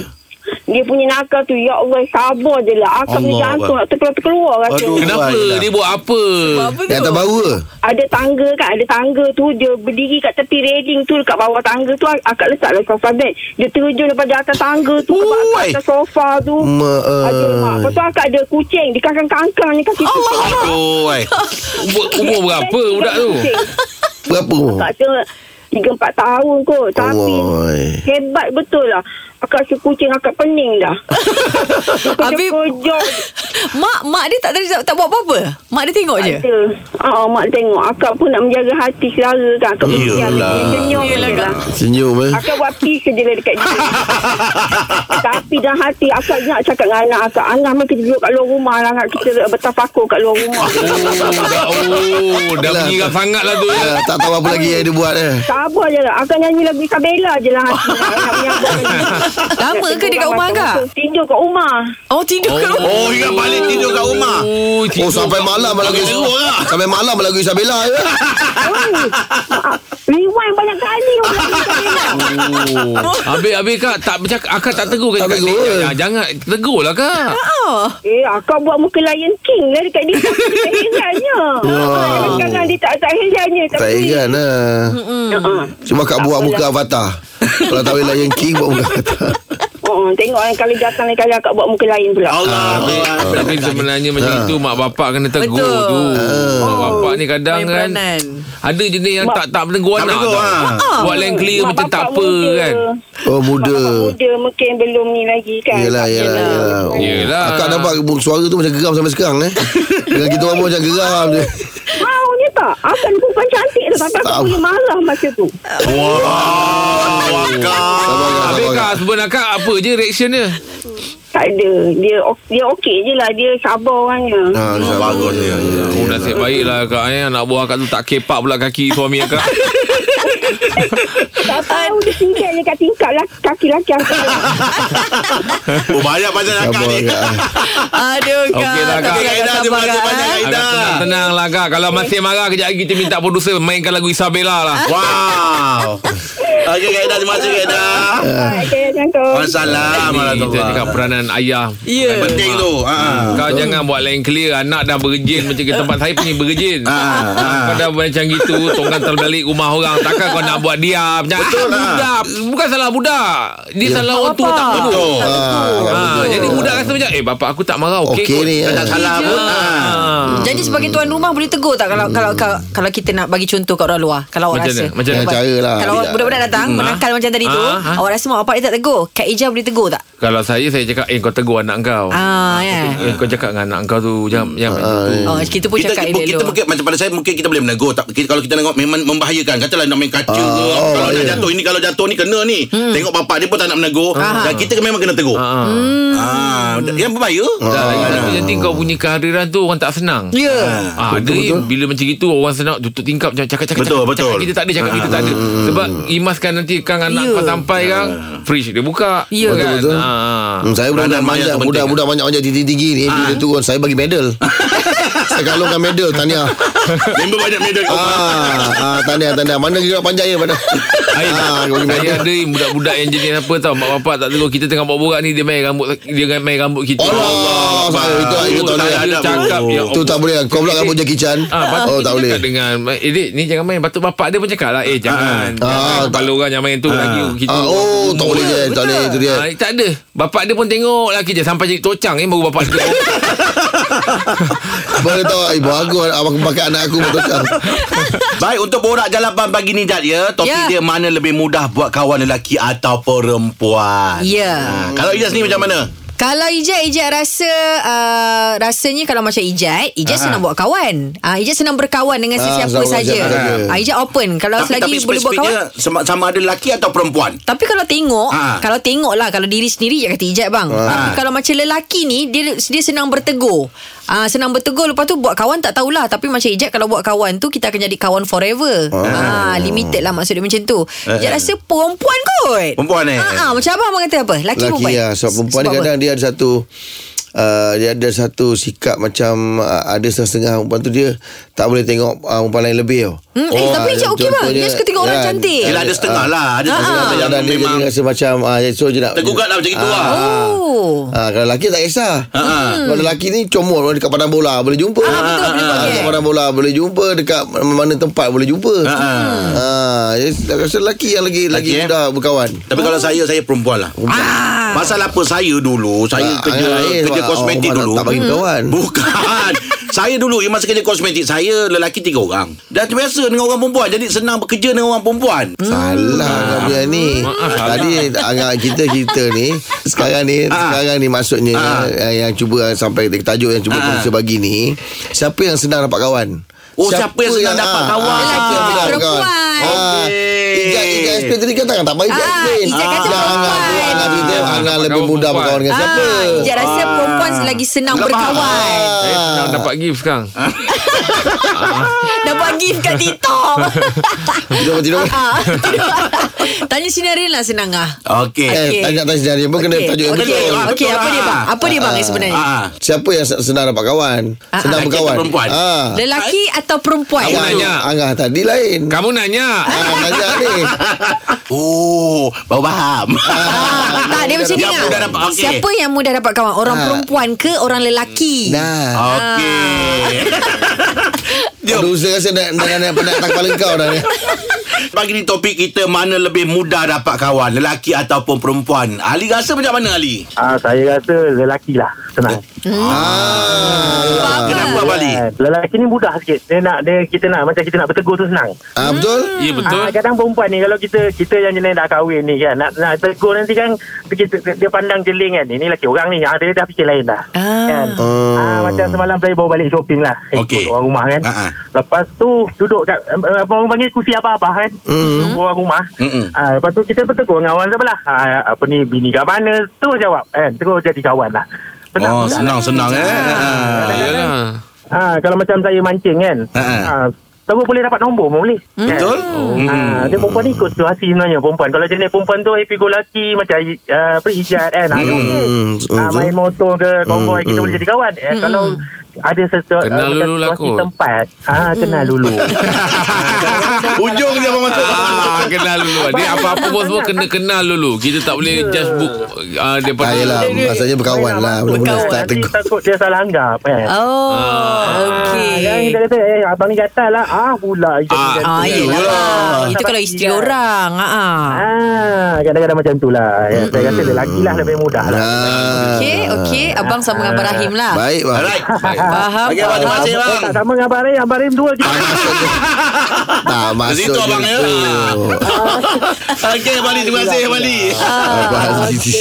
Speaker 6: Dia punya nakal tu Ya Allah sabar je lah Akak punya
Speaker 2: Allah
Speaker 6: jantung
Speaker 2: Allah.
Speaker 6: nak terkeluar-keluar rasa
Speaker 2: Aduh.
Speaker 5: Kenapa?
Speaker 2: Wah,
Speaker 5: Dia buat apa?
Speaker 4: Apa
Speaker 3: Yang tak
Speaker 4: tu
Speaker 3: baru ke?
Speaker 6: Ada tangga kan Ada tangga tu Dia berdiri kat tepi railing tu Dekat bawah tangga tu Akak letaklah sofa bed Dia terjun daripada atas tangga tu Ke bawah-
Speaker 2: Ui.
Speaker 6: ke atas sofa tu
Speaker 3: Ma, eh.
Speaker 6: Ada mak Lepas tu akak ada kucing Dia kangkang-kangkang ni kan kaki Allah
Speaker 2: Aduh ai.
Speaker 5: Umur, umur
Speaker 6: kan,
Speaker 5: berapa budak tu?
Speaker 3: Berapa?
Speaker 4: Oh,
Speaker 6: Akak kata Tiga empat tahun kot Tapi
Speaker 3: Allah.
Speaker 6: Hebat betul lah Akak rasa kucing akak pening dah
Speaker 4: Habis-
Speaker 6: Kejap-kejap
Speaker 4: Mak mak dia tak tak, tak buat apa-apa Mak dia
Speaker 5: Oh,
Speaker 4: tengok
Speaker 5: ya.
Speaker 4: je
Speaker 6: Ada Aa, Mak tengok Akak pun nak menjaga hati saudara kan Akak
Speaker 2: Iyalah.
Speaker 6: mesti ada Senyum je lah
Speaker 3: Senyum eh.
Speaker 6: Akak buat peace je lah dekat dia Tapi dalam hati Akak nak cakap dengan anak akak Anak mari kita duduk kat luar rumah lah Anak kita bertafakur kat luar rumah
Speaker 5: Oh, dah, oh, dah
Speaker 3: Alah.
Speaker 5: mengira sangat lah tu ya.
Speaker 3: Ah, tak tahu apa lagi yang dia buat eh.
Speaker 6: Sabar je lah Akak nyanyi lagu Isabella je lah hati nak- nak menyambutkan dia.
Speaker 4: Lama ke dia kat rumah akak?
Speaker 6: Tidur kat rumah
Speaker 4: Oh tidur ke rumah
Speaker 2: Oh ingat balik tidur kat rumah
Speaker 5: Oh,
Speaker 3: Oh
Speaker 5: tidur
Speaker 3: sampai
Speaker 5: kat-
Speaker 3: malam lah lagu
Speaker 2: Teruk lah.
Speaker 3: Sampai malam lah lagu Isabella ya.
Speaker 6: Oi, maaf. Rewind banyak kali orang lagu Isabella
Speaker 5: Oh. Habis habis kak tak bercakap akak tak tegur kan
Speaker 3: Tak
Speaker 5: Kak?
Speaker 3: tegur.
Speaker 5: Jangan, jangan tegurlah
Speaker 2: Ah.
Speaker 5: kak.
Speaker 4: Ah.
Speaker 6: Eh, akak buat muka Lion King lah dekat dia. Tak herannya. Kadang-kadang dia tak, tak
Speaker 5: Kan
Speaker 6: herannya.
Speaker 3: Tak heran lah.
Speaker 6: Uh-uh.
Speaker 3: Cuma kat buat muka Avatar. Kalau tak boleh Lion King buat muka Avatar.
Speaker 6: Uh-uh. Tengok kan kali datang lain kali akak buat muka lain pula.
Speaker 2: Allah
Speaker 3: Ah.
Speaker 5: Tapi sebenarnya macam
Speaker 2: Ah.
Speaker 5: itu mak bapak kena tegur
Speaker 4: Betul.
Speaker 5: tu. Mak bapak ni kadang
Speaker 4: Main
Speaker 5: kan
Speaker 4: peranan
Speaker 5: ada jenis yang
Speaker 6: Mak- Ah.
Speaker 5: tak tak menegur
Speaker 2: Tak
Speaker 5: anak.
Speaker 2: menegur,
Speaker 5: tau.
Speaker 3: ah.
Speaker 2: ha.
Speaker 5: Buat lain clear
Speaker 6: Mak
Speaker 5: macam tak
Speaker 6: bapak
Speaker 5: apa
Speaker 6: muda.
Speaker 5: kan.
Speaker 3: Oh
Speaker 6: Mak bapak
Speaker 3: muda.
Speaker 6: muda mungkin belum ni lagi kan.
Speaker 3: Yelah, yelah, yelah. Oh.
Speaker 5: Yelah. Ah,
Speaker 3: Akak nampak suara tu macam geram sampai sekarang eh. Dengan kita orang pun macam geram je.
Speaker 6: Mau ni tak? Akak ni perempuan cantik tu. Tapi akak
Speaker 3: Tahu.
Speaker 6: boleh marah masa tu.
Speaker 3: Sabar, Kak,
Speaker 5: Ah, Habis kak
Speaker 3: sabar, Kak.
Speaker 5: sebenarnya kak apa je reaction dia?
Speaker 6: Tak ada. Dia, ok- dia okey je lah. Dia sabar orangnya.
Speaker 3: Ha, dia sabar.
Speaker 2: Bagus dia
Speaker 3: Ah,
Speaker 5: Oh nasib baiklah kak eh anak buah kak tu tak kepak pula kaki suami kak.
Speaker 6: Tak tahu dia tingkat je kat tingkat lah. Kaki laki akak.
Speaker 2: Oh banyak macam akak
Speaker 3: Sabar, ya.
Speaker 2: ni
Speaker 3: Kak.
Speaker 4: Aduh kak
Speaker 5: Okey dah, Kak.
Speaker 4: Tapi
Speaker 2: Okey, dah, terima
Speaker 4: sabar
Speaker 2: kasih
Speaker 5: ya.
Speaker 4: kak
Speaker 2: banyak,
Speaker 4: eh.
Speaker 2: Kak.
Speaker 5: Agak tenang-tenang lah kak Kalau masih marah Kejap lagi kita minta producer Mainkan lagu Isabella lah
Speaker 2: Wow Okey Kak Ida Terima kasih Kak Ida
Speaker 6: Okay, thank you.
Speaker 5: Ini
Speaker 3: lah ah.
Speaker 5: kita cakap
Speaker 2: Waalaikumsalam
Speaker 5: peranan ayah
Speaker 4: Ya
Speaker 2: Penting tu ha.
Speaker 5: Kau jangan buat lain clear Anak dah berjin Macam ke tempat saya punya berjin
Speaker 2: Ah, ah.
Speaker 5: Kau dah macam gitu Tongkan terbalik rumah orang Takkan kau nak buat diam Jangan
Speaker 2: Betul lah. Ya.
Speaker 5: budak Bukan salah budak Dia salah orang tua tak
Speaker 4: Bapak.
Speaker 5: penuh
Speaker 3: Ha, Kak,
Speaker 5: Ha,
Speaker 3: betul.
Speaker 5: jadi budak rasa macam Eh bapak aku tak marah Okey
Speaker 3: Okey
Speaker 5: kot.
Speaker 3: ni.
Speaker 5: Tak
Speaker 3: eh.
Speaker 2: Ya.
Speaker 5: salah
Speaker 2: Salah
Speaker 5: pun
Speaker 2: pun ha.
Speaker 4: Jadi sebagai tuan rumah boleh tegur tak kalau kalau kalau, kalau kita nak bagi contoh kat orang luar kalau awak
Speaker 5: Macam
Speaker 4: rasa.
Speaker 5: mana? Macam
Speaker 3: mana? Cara lah.
Speaker 4: Kalau
Speaker 3: Bila-
Speaker 4: budak-budak datang
Speaker 5: Hmm,
Speaker 4: menakal
Speaker 5: ah.
Speaker 4: macam tadi tu,
Speaker 5: Ah, ah.
Speaker 4: awak rasa mak bapak dia tak tegur. Kak Ija boleh tegur tak?
Speaker 5: Kalau saya Saya cakap Eh kau tegur anak kau
Speaker 4: Ah, ya.
Speaker 5: Eh, kau cakap dengan anak kau tu Jangan jangan macam
Speaker 2: Ah, ya.
Speaker 5: tu.
Speaker 4: Oh, kita pun
Speaker 2: kita,
Speaker 4: cakap
Speaker 2: kita, kita
Speaker 4: elok-elok.
Speaker 2: mungkin macam pada saya mungkin kita boleh menegur tak kita, kalau kita tengok memang membahayakan katalah nak main kaca ke
Speaker 3: Ah, oh,
Speaker 2: kalau nak
Speaker 3: ya.
Speaker 2: jatuh ini kalau jatuh ni kena ni
Speaker 4: Hmm.
Speaker 2: tengok bapak dia pun tak nak menegur
Speaker 4: Ah.
Speaker 2: dan kita memang kena tegur
Speaker 5: Ah.
Speaker 4: Hmm.
Speaker 2: ah yang berbahaya
Speaker 3: Ah.
Speaker 5: Dah lagi satu Nanti kau punya kehadiran tu Orang tak senang
Speaker 4: Ya.
Speaker 5: Ah, dia bila macam gitu orang senang tutup tingkap macam cakap cakap
Speaker 2: Betul,
Speaker 5: cakap,
Speaker 2: betul.
Speaker 5: cakap kita tak ada
Speaker 3: Ah,
Speaker 5: cakap kita tak ada sebab imaskan nanti kang anak
Speaker 4: Ya.
Speaker 5: kau sampai kang fridge dia buka
Speaker 4: Ya.
Speaker 5: kan?
Speaker 3: Betul-betul.
Speaker 5: Ah.
Speaker 3: Hmm, saya budak
Speaker 2: Peranan mayat
Speaker 3: banyak
Speaker 2: tu penting.
Speaker 3: budak-budak banyak banyak tinggi-tinggi ni bila turun saya bagi medal. saya galungkan medal tahniah.
Speaker 2: member banyak medal
Speaker 3: Ah, ah tahniah tahniah. Mana kira panjang ya pada. Ah, bagi
Speaker 5: Saya
Speaker 3: medal.
Speaker 5: ada budak-budak yang jenis apa tau Mak bapak tak tegur Kita tengah borak-borak ni Dia main rambut Dia main rambut kita Oh,
Speaker 3: Allah, saya itu itu tak boleh.
Speaker 5: Dia cakap ya
Speaker 3: Tu tak boleh. lah. Kau pula rambut Jackie Chan.
Speaker 5: Ah,
Speaker 3: Oh, tak boleh.
Speaker 5: dengan Eh Dik, ni jangan main Patut bapak dia pun cakap lah Eh jangan
Speaker 3: Ah.
Speaker 5: Jangan.
Speaker 3: Ah,
Speaker 5: Kalau orang yang main tu Lagi kita
Speaker 3: Ah, oh, tak boleh je. Tak boleh. Itu dia.
Speaker 5: Ah, tak ada. Bapak dia pun tengok lelaki je sampai jadi tocang ni baru bapak dia.
Speaker 3: Boleh tahu Ibu aku Abang pakai anak aku Betul
Speaker 2: Baik untuk borak jalapan pagi ni Jad ya Topik
Speaker 4: Ya.
Speaker 2: yeah. dia mana lebih mudah buat kawan lelaki atau perempuan
Speaker 4: Ya.
Speaker 2: ha, Kalau Ijaz ni macam mana?
Speaker 4: Kalau Ijat Ijat rasa uh, rasanya kalau macam Ijat Ijat
Speaker 2: Ah.
Speaker 4: senang buat kawan. Ah Ijat senang berkawan dengan
Speaker 3: Ah,
Speaker 4: sesiapa
Speaker 3: sama
Speaker 4: saja.
Speaker 3: siapa saja.
Speaker 4: Ah Ijat open kalau
Speaker 2: Tapi, tapi
Speaker 4: selagi boleh buat kawan.
Speaker 2: spesifiknya sama, sama ada lelaki atau perempuan?
Speaker 4: Tapi kalau tengok
Speaker 2: Ah.
Speaker 4: Kalau tengok lah Kalau diri sendiri Ya kata ijat bang
Speaker 3: Ah.
Speaker 4: Tapi kalau macam lelaki ni Dia dia senang bertegur Ah Senang bertegur Lepas tu buat kawan tak tahulah Tapi macam ijat Kalau buat kawan tu Kita akan jadi kawan forever
Speaker 3: Oh.
Speaker 4: ah. Limited lah maksud dia macam tu
Speaker 3: Eh,
Speaker 4: Ijat rasa perempuan kot
Speaker 2: Perempuan eh?
Speaker 4: ah, ah, Macam abang abang kata apa Laki,
Speaker 3: Laki
Speaker 4: perempuan
Speaker 3: ya Sebab perempuan ni
Speaker 4: Sebab
Speaker 3: kadang Dia ada satu Uh, dia ada satu sikap macam uh, ada setengah perempuan tu dia tak boleh tengok uh, perempuan lain lebih tau. Ah,
Speaker 4: Hmm, eh, tapi Ijat okey, bang.
Speaker 3: contohnya,
Speaker 4: Dia suka tengok orang
Speaker 3: kan,
Speaker 4: cantik.
Speaker 2: Yelah ada setengah lah Ada
Speaker 4: Ya. Ah,
Speaker 2: setengah
Speaker 4: ah.
Speaker 2: yang
Speaker 3: Dan dia
Speaker 2: memang
Speaker 3: jadi rasa macam uh, so je nak
Speaker 2: Tergugat lah macam itu lah
Speaker 4: Oh
Speaker 3: Ah, kalau lelaki tak kisah.
Speaker 2: Ha, ha.
Speaker 3: Kalau lelaki ni comot dekat padang bola boleh jumpa.
Speaker 4: Ah, betul, boleh buat
Speaker 3: Dekat
Speaker 4: geng.
Speaker 3: padang bola boleh jumpa dekat mana tempat boleh jumpa. Ha.
Speaker 2: ha.
Speaker 3: Ah, jadi saya rasa lelaki yang lagi
Speaker 2: Lelaki,
Speaker 3: lagi
Speaker 2: eh?
Speaker 3: mudah berkawan.
Speaker 2: Tapi
Speaker 4: Oh.
Speaker 2: kalau saya Saya perempuan lah ah. Pasal apa saya dulu Saya
Speaker 3: Ah,
Speaker 2: kerja
Speaker 3: yang lain
Speaker 2: Kerja
Speaker 3: sebab
Speaker 2: kosmetik
Speaker 3: orang Oh, tak-
Speaker 2: dulu Hmm.
Speaker 3: tak
Speaker 4: Hmm.
Speaker 3: bagi kawan.
Speaker 2: Bukan Saya dulu Masa kerja kosmetik Saya lelaki tiga orang Dah terbiasa dengan orang perempuan Jadi senang bekerja dengan orang perempuan Ah.
Speaker 3: Salah kau punya ni Tadi agak kita cerita ni Sekarang ni
Speaker 2: Ah.
Speaker 3: Sekarang ni maksudnya eh, Yang cuba sampai Tajuk yang cuba
Speaker 2: Ah.
Speaker 3: penulis bagi ni Siapa yang senang dapat kawan Ah,
Speaker 2: Oh, siapa yang senang dapat kawan?
Speaker 3: Lelaki
Speaker 4: Lelaki atau perempuan?
Speaker 2: Okey.
Speaker 3: Ah, Ijat Ijat explain tadi kan Tak baik
Speaker 4: Ah,
Speaker 3: Ijat explain
Speaker 4: Ijat kata
Speaker 3: Jangan
Speaker 4: perempuan.
Speaker 3: Angan cerita
Speaker 5: Ah,
Speaker 3: Angan
Speaker 5: dapat
Speaker 3: lebih
Speaker 5: kawan
Speaker 3: mudah
Speaker 5: perempuan.
Speaker 3: berkawan dengan siapa Ah.
Speaker 4: ah, Ijat rasa perempuan Lagi senang
Speaker 2: Nampak?
Speaker 4: berkawan
Speaker 5: Saya senang dapat gift sekarang.
Speaker 4: Dapat gift kat TikTok
Speaker 3: Tidur apa, tidur apa?
Speaker 4: Ah, Tanya sinarin lah senang ah
Speaker 2: Okey
Speaker 3: Eh
Speaker 4: Okey.
Speaker 3: tanya tanya sendiri pun Kena
Speaker 4: Okey,
Speaker 3: tajuk yang
Speaker 4: okey,
Speaker 3: betul
Speaker 2: Ah,
Speaker 4: Okey,
Speaker 2: betul
Speaker 4: apa
Speaker 2: lah.
Speaker 4: dia bang? Apa dia bang yang sebenarnya?
Speaker 2: ah.
Speaker 3: Siapa yang senang dapat kawan
Speaker 4: Ah,
Speaker 3: Senang
Speaker 2: lelaki
Speaker 3: berkawan
Speaker 2: atau perempuan?
Speaker 3: Ah.
Speaker 4: Lelaki atau perempuan?
Speaker 5: Awak
Speaker 3: Angah-
Speaker 5: nanya.
Speaker 3: Angah tadi lain
Speaker 5: Kamu nanya.
Speaker 3: Angah tanya ni
Speaker 2: ah. Oh Baru faham
Speaker 4: Ah, tak, dia macam ni
Speaker 2: Yang
Speaker 4: ah.
Speaker 2: mudah dapat, okey.
Speaker 4: Siapa yang mudah dapat kawan? Orang
Speaker 3: Ah.
Speaker 4: perempuan ke orang lelaki?
Speaker 3: Nah
Speaker 2: Okey
Speaker 4: Ah.
Speaker 2: Jom.
Speaker 3: Aduh, saya rasa nak, nak, nak penat tak kepala kau dah ni.
Speaker 2: Pagi ni topik kita Mana lebih mudah dapat kawan Lelaki ataupun perempuan Ali rasa macam mana Ali?
Speaker 7: Ah, saya rasa lelaki lah Senang
Speaker 3: Ah.
Speaker 2: Kenapa Abang Ali?
Speaker 7: Eh, Lelaki ni mudah sikit Dia nak dia, Kita nak Macam kita nak bertegur tu senang
Speaker 3: Ah, betul?
Speaker 5: Ya betul.
Speaker 7: Ah, kadang perempuan ni Kalau kita Kita yang jenis dah kahwin ni kan Nak, nak tegur nanti kan kita, Dia pandang jeling kan Ini lelaki orang ni ah, Dia dah fikir lain dah
Speaker 4: Ah.
Speaker 7: kan?
Speaker 2: Hmm.
Speaker 3: Oh.
Speaker 7: Ah, Macam semalam saya bawa balik shopping lah
Speaker 2: Okey.
Speaker 7: Ikut Orang rumah kan
Speaker 2: Ah, ah.
Speaker 7: Lepas tu Duduk kat eh, Apa orang panggil Kursi apa-apa kan
Speaker 2: Hmm.
Speaker 7: mm-hmm. Orang rumah
Speaker 2: Mm-mm.
Speaker 7: ah, Lepas tu kita bertegur Dengan orang sebelah ah, Apa ni Bini kat mana Terus jawab kan? Terus jadi kawan lah Senang
Speaker 2: Oh
Speaker 7: mudah.
Speaker 2: senang-senang eh
Speaker 5: Ah, Yalah.
Speaker 7: Ha, kalau macam saya mancing kan.
Speaker 2: Ha,
Speaker 7: Ha.
Speaker 2: ha.
Speaker 7: ha terus boleh dapat nombor pun boleh. Hmm.
Speaker 2: Betul?
Speaker 7: Ha, dia perempuan ni ikut situasi sebenarnya perempuan. Kalau jenis perempuan tu happy go lucky macam uh, apa hijat kan. Hmm.
Speaker 3: Hmm,
Speaker 7: Ha,
Speaker 4: Ah,
Speaker 3: betul.
Speaker 7: main motor ke konvoi kita boleh jadi kawan. Eh, Kalau ada sesuatu
Speaker 5: Kenal
Speaker 7: macam
Speaker 5: dulu lah
Speaker 7: situasi
Speaker 5: kot.
Speaker 7: tempat. Ha, kenal dulu.
Speaker 2: Ujung dia abang masuk
Speaker 5: Ah, kenal dulu Dia apa-apa pun semua Kena kenal dulu Kita tak boleh
Speaker 2: Ya.
Speaker 5: Just book ah,
Speaker 3: Ah,
Speaker 5: Daripada
Speaker 3: yelah, maksudnya berkawan lah. Mula-mula
Speaker 4: Berkawan.
Speaker 3: start
Speaker 7: Nanti
Speaker 3: tegur.
Speaker 7: takut dia salah anggap kan.
Speaker 4: Oh,
Speaker 7: Ha, kan kita
Speaker 4: okey.
Speaker 7: kata eh abang ni gatal lah. Ah pula hijab
Speaker 5: Ah,
Speaker 7: ni gatal.
Speaker 4: Ah, yelah. bang. Itu kalau isteri
Speaker 7: Hijab.
Speaker 4: orang. Ah, ah.
Speaker 7: Ah, kadang-kadang macam tu lah. Ya, saya kata lelaki lah lebih mudah lah.
Speaker 3: Ah.
Speaker 4: Okey, okey. Abang sama dengan Abang Rahim lah.
Speaker 3: Baik, bang.
Speaker 2: Alright
Speaker 4: Faham.
Speaker 2: Okey, abang. Terima kasih, abang.
Speaker 7: Tak sama dengan Abang Rahim Abang Rahim dua je
Speaker 3: Ah, Tak
Speaker 2: Dari
Speaker 3: masuk
Speaker 2: situ, abang.
Speaker 3: dia
Speaker 2: Ya.
Speaker 3: tu.
Speaker 2: Okey, abang. Ali. Terima kasih, abang. Ah. Ali.
Speaker 4: Ah,
Speaker 3: Ah, Abang Aziz.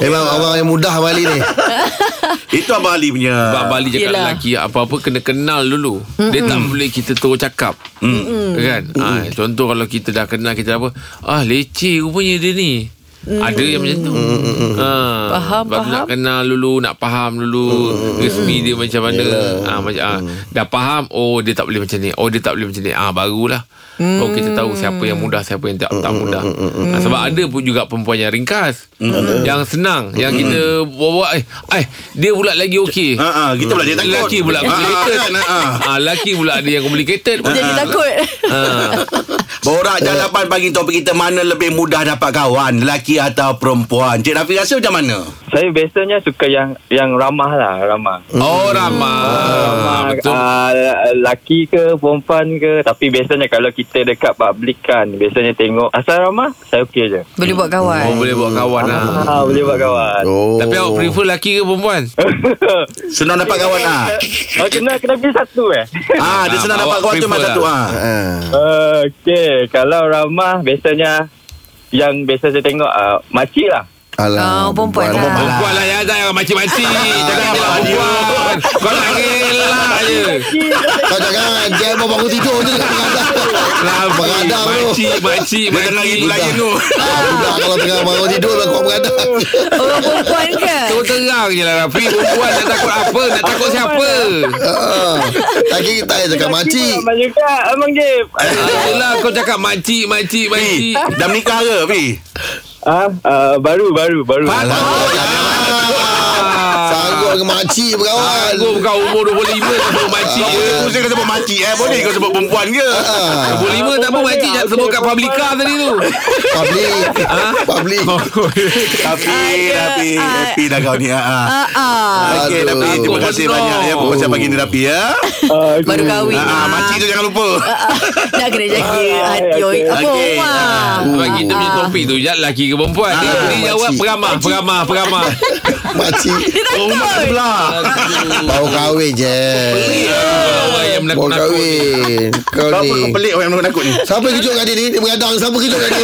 Speaker 3: Memang Eh, abang yang mudah abang Ali ni.
Speaker 2: Itu abang Ali punya.
Speaker 5: Sebab Bali cakap
Speaker 4: Yelah.
Speaker 5: Yelah. lelaki Apa-apa kena kenal dulu Mm-mm. Dia tak boleh kita terus cakap Mm-mm. Kan ha, Contoh kalau kita dah kenal Kita dah apa Ah leceh rupanya dia ni Mm. Ada yang macam tu ha,
Speaker 4: Faham,
Speaker 5: sebab tu
Speaker 4: faham.
Speaker 5: Nak kenal dulu Nak faham dulu Resmi dia macam mana ha, macam, ha, Dah faham Oh dia tak boleh macam ni Oh dia tak boleh macam ni ah ha, Barulah mm. Oh kita tahu siapa yang mudah Siapa yang tak, tak mudah ha, Sebab ada pun juga Perempuan yang ringkas mm. Yang senang Yang kita Bawa eh, eh Dia pula lagi okey
Speaker 2: Ha, ha, kita pula dia takut.
Speaker 5: Lelaki pula
Speaker 2: Ha, ha,
Speaker 5: complicated.
Speaker 2: kan, Ah. ha, ha.
Speaker 5: Ah, lelaki pula ada yang complicated.
Speaker 4: Jadi takut.
Speaker 5: Ah.
Speaker 2: Borak jalapan pagi topik kita mana lebih mudah dapat kawan, lelaki atau perempuan? Cik Rafi rasa macam mana?
Speaker 7: Saya biasanya suka yang Yang ramah lah Ramah
Speaker 5: Oh ramah. Ah,
Speaker 7: Ah,
Speaker 5: betul.
Speaker 7: ah, laki ke perempuan ke tapi biasanya kalau kita dekat public kan biasanya tengok asal ramah saya okey je
Speaker 4: Boleh buat kawan.
Speaker 5: Oh boleh buat kawan lah.
Speaker 7: ah, boleh buat kawan
Speaker 3: Oh.
Speaker 5: Tapi awak prefer laki ke perempuan?
Speaker 2: Senang
Speaker 7: Eh.
Speaker 2: dapat kawan ah.
Speaker 7: oh, kena kena pilih satu eh
Speaker 2: Ah, dia
Speaker 5: Ah,
Speaker 2: senang
Speaker 5: awak
Speaker 2: dapat kawan tu
Speaker 5: prefer
Speaker 2: masa
Speaker 5: lah.
Speaker 2: tu ah.
Speaker 3: Ah.
Speaker 7: okey kalau ramah biasanya yang biasa saya tengok uh, makcik lah
Speaker 4: Ah,
Speaker 3: Alah.
Speaker 4: perempuan lah.
Speaker 3: perempuan
Speaker 5: Perempuan lah yang ada yang macam-macam. Jangan
Speaker 2: apa
Speaker 5: lah
Speaker 2: dia.
Speaker 5: perempuan. Kau nak gelak je.
Speaker 3: Kau jangan Dia mau bangun tidur je Dekat pengadap
Speaker 5: Kenapa?
Speaker 3: Mengadap tu
Speaker 5: Lah, Makcik, makcik,
Speaker 2: Dia tengah lagi
Speaker 5: makcik.
Speaker 2: pelayan tu.
Speaker 3: Ah, Budak kalau tengah bangun tidur Lah kau mengadap
Speaker 4: Orang perempuan ke?
Speaker 5: Terus terang je lah Rafi Perempuan nak takut apa Nak takut siapa
Speaker 4: lah.
Speaker 3: Ah. Tak kira tak payah cakap makcik
Speaker 7: Ramah juga Abang Jeb
Speaker 5: ah, Yelah kau cakap makcik Makcik
Speaker 2: Pi,
Speaker 5: Makcik
Speaker 2: dah menikah ke, Pi?
Speaker 7: ah, ah, Baru baru baru
Speaker 5: Ah.
Speaker 3: Sanggup dengan makcik berkawan
Speaker 5: Aku bukan umur 25 Tak sebut makcik je
Speaker 2: Kau mesti kau sebut makcik eh. Boleh kau sebut perempuan ke?
Speaker 3: Ah,
Speaker 5: 25 tak apa makcik Jangan sebut kat publica tadi tu
Speaker 3: Public
Speaker 5: Ah.
Speaker 3: Public
Speaker 2: Rafi, Rafi, Rafi dah kau ni. Ah.
Speaker 4: Ah, ah.
Speaker 2: Okey,
Speaker 3: Aduh.
Speaker 2: Rafi, terima kasih
Speaker 5: Bodoh.
Speaker 2: banyak ya perkongsian pagi ni Rafi ya.
Speaker 7: Ah,
Speaker 4: Baru kahwin.
Speaker 2: Ah,
Speaker 4: Ah.
Speaker 2: makcik tu jangan lupa.
Speaker 4: Nak kena jaga hati
Speaker 7: okey.
Speaker 4: orang. Apa
Speaker 2: Okey.
Speaker 4: Umar?
Speaker 5: Sebab kita punya topik tu Jat lelaki ke perempuan Dia, dia jawab
Speaker 3: Ah, makcik.
Speaker 5: peramah Peramah Peramah
Speaker 3: Makcik
Speaker 2: Rumah sebelah.
Speaker 3: Baru kahwin je
Speaker 5: Orang yang
Speaker 3: Baru
Speaker 5: eh, menakut-nakut
Speaker 3: kahwin Kau
Speaker 2: Kau apa kau
Speaker 3: ni
Speaker 2: pelik orang yang menakut ni?
Speaker 3: Siapa yang kejut kat dia ni Dia mengadang Siapa kejut kat dia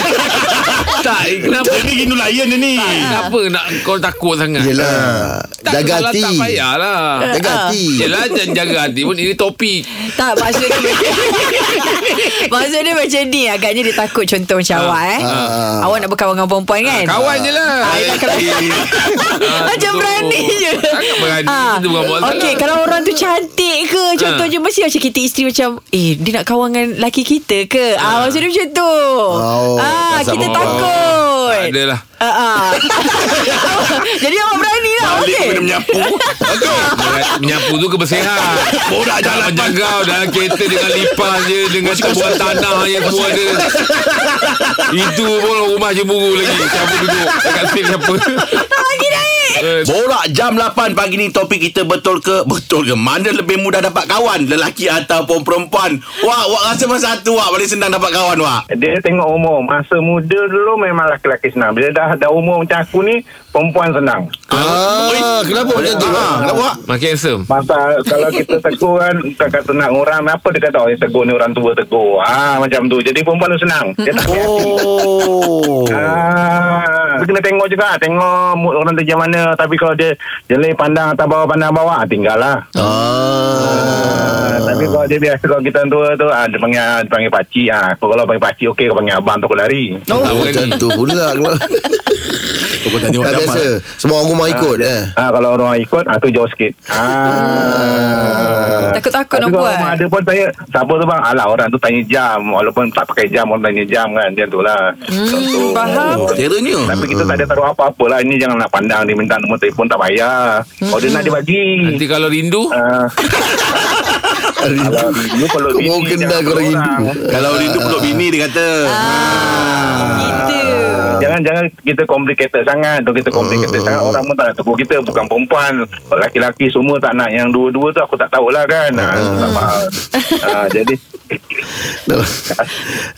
Speaker 5: Tak eh, kenapa
Speaker 2: Dia ni ginu layan dia ni.
Speaker 5: Kenapa nak kau takut sangat
Speaker 3: Yelah
Speaker 5: tak,
Speaker 3: Jaga
Speaker 5: kalau
Speaker 3: hati
Speaker 5: Tak payahlah
Speaker 3: Jaga hati
Speaker 5: Yelah jangan jaga hati pun Ini topik
Speaker 4: Tak maksud dia Maksud dia macam ni Agaknya dia takut Contoh macam awak eh
Speaker 3: ah.
Speaker 4: Awak nak berkawan dengan perempuan kan
Speaker 5: Kawan je lah
Speaker 4: Macam
Speaker 5: betul.
Speaker 4: berani je Ah,
Speaker 5: Sangat berani. Kita bukan Ah. buat
Speaker 4: Okey
Speaker 5: salah.
Speaker 4: Kalau orang tu cantik ke Contohnya mesti macam kita isteri macam Eh dia nak kawan dengan lelaki kita ke ah. Maksud dia macam tu
Speaker 3: Oh,
Speaker 4: ah,
Speaker 3: dasar
Speaker 4: Kita
Speaker 3: perempuan.
Speaker 4: takut
Speaker 5: Tak adalah
Speaker 4: Ah, ah. Jadi awak berani lah
Speaker 2: Balik
Speaker 4: okey.
Speaker 2: kena menyapu. Okey.
Speaker 5: Menyapu tu kebersihan
Speaker 2: Borak jalan
Speaker 5: Jalan jagau Dalam kereta dengan lipas je Dengan kebuan tanah yang semua ada Itu pun rumah cemburu lagi Siapa duduk Dekat seat siapa Eh,
Speaker 2: Borak jam 8 pagi ni topik kita betul ke? Betul ke? Mana lebih mudah dapat kawan? Lelaki ataupun perempuan? Wah, wah rasa masa tu wah paling senang dapat kawan wah.
Speaker 8: Dia tengok umur Masa muda dulu Memang lelaki-lelaki senang Bila dah, dah umur macam aku ni Perempuan senang
Speaker 3: Ah, Kenapa macam tu
Speaker 2: Ha, kenapa wak?
Speaker 5: Makin handsome
Speaker 8: Masa kalau kita tegur kan Tak kata nak orang Apa dia kata Oh yang tegur ni orang tua tegur ah, Macam tu Jadi perempuan tu senang Dia tak
Speaker 2: Oh.
Speaker 8: Ah, dia kena tengok juga Tengok mood orang tu macam mana Tapi kalau dia Jelek pandang atas bawah Pandang bawah ah, Tinggal lah ah, Tapi kalau dia biasa Kalau kita orang tua tu ah, Dia panggil, dia panggil pakcik ah. Kalau panggil pakcik Okey kau panggil abang tu aku lari
Speaker 5: Tahu kan
Speaker 3: Oh, Macam
Speaker 5: ni?
Speaker 3: tu pula Tak biasa Semua orang rumah ikut eh.
Speaker 8: Ah kalau orang ikut ah tu jauh sikit. Ah.
Speaker 4: Takut-takut nak
Speaker 8: Tapi kalau
Speaker 4: buat.
Speaker 8: rumah Ada pun saya siapa tu bang? Alah orang tu tanya jam walaupun tak pakai jam orang tanya jam kan dia tu lah.
Speaker 4: Hmm, faham.
Speaker 2: Oh, Teranya.
Speaker 8: Tapi kita tak ada taruh apa-apa lah Ini jangan nak pandang Dia minta nombor telefon tak payah Kalau dia nak dia bagi
Speaker 5: Nanti kalau rindu
Speaker 8: Ah. Kalau rindu Kalau
Speaker 3: Kau mau
Speaker 8: bini,
Speaker 3: kenal
Speaker 8: jangan
Speaker 3: kau
Speaker 8: orang.
Speaker 3: rindu
Speaker 2: Kalau dia tu peluk bini dia kata.
Speaker 4: Ah, Gitu
Speaker 8: Jangan jangan kita complicated sangat. Kalau kita complicated sangat orang pun tak nak tegur kita bukan perempuan, lelaki-lelaki semua tak nak yang dua-dua tu aku tak tahulah kan. Ha, tak faham. Ha, jadi
Speaker 3: Dalam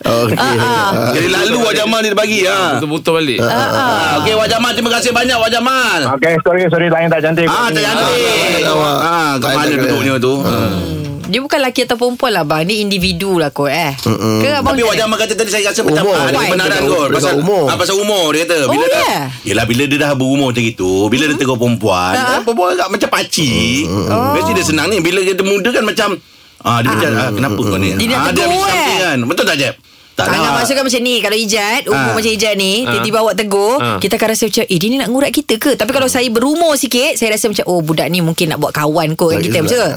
Speaker 5: Ah.
Speaker 3: Okey.
Speaker 2: Ah. Jadi lalu Wak Jamal ni dia bagi ha.
Speaker 5: Betul-betul balik
Speaker 2: Ah, Okey Wak Jamal terima kasih banyak Wak Jamal.
Speaker 8: Okay, sorry, sorry. Lain tak cantik.
Speaker 2: Ah, tak cantik.
Speaker 3: Ah, awak.
Speaker 2: Ah, ke
Speaker 3: Tak
Speaker 2: mana
Speaker 3: ada.
Speaker 2: duduknya tu? Ah.
Speaker 4: Dia bukan lelaki atau perempuan lah bang Ni individu lah kot eh Mm-mm. Ke abang
Speaker 2: Tapi Wak Jamal kata tadi saya rasa macam
Speaker 3: Umur.
Speaker 2: ah, ada kebenaran kot
Speaker 3: Dekat-
Speaker 2: ya?
Speaker 3: dekat
Speaker 2: pasal
Speaker 3: umur.
Speaker 2: Ah, pasal umur dia kata
Speaker 4: Oh,
Speaker 2: bila dah
Speaker 4: yeah.
Speaker 2: Yelah bila dia dah berumur macam itu, bila dia tegur perempuan, kan perempuan agak macam pakcik. Mesti dia senang ni bila dia muda kan macam ah dia macam ah, kenapa kau ni?
Speaker 4: Dia nak
Speaker 2: Ah,
Speaker 4: tegur,
Speaker 2: ambil
Speaker 4: eh.
Speaker 2: something kan. Betul tak Jeb? Tak lah.
Speaker 4: Ah, nak
Speaker 2: nak.
Speaker 4: maksudkan macam ni Kalau Ijat
Speaker 2: Ah.
Speaker 4: Umur macam Ijat ni
Speaker 5: Ah.
Speaker 4: Tiba-tiba awak tegur
Speaker 5: Ah.
Speaker 4: Kita akan rasa macam Eh dia ni nak ngurat kita ke Tapi kalau saya berumur sikit Saya rasa macam Oh budak ni mungkin nak buat kawan kot Dengan kita macam tu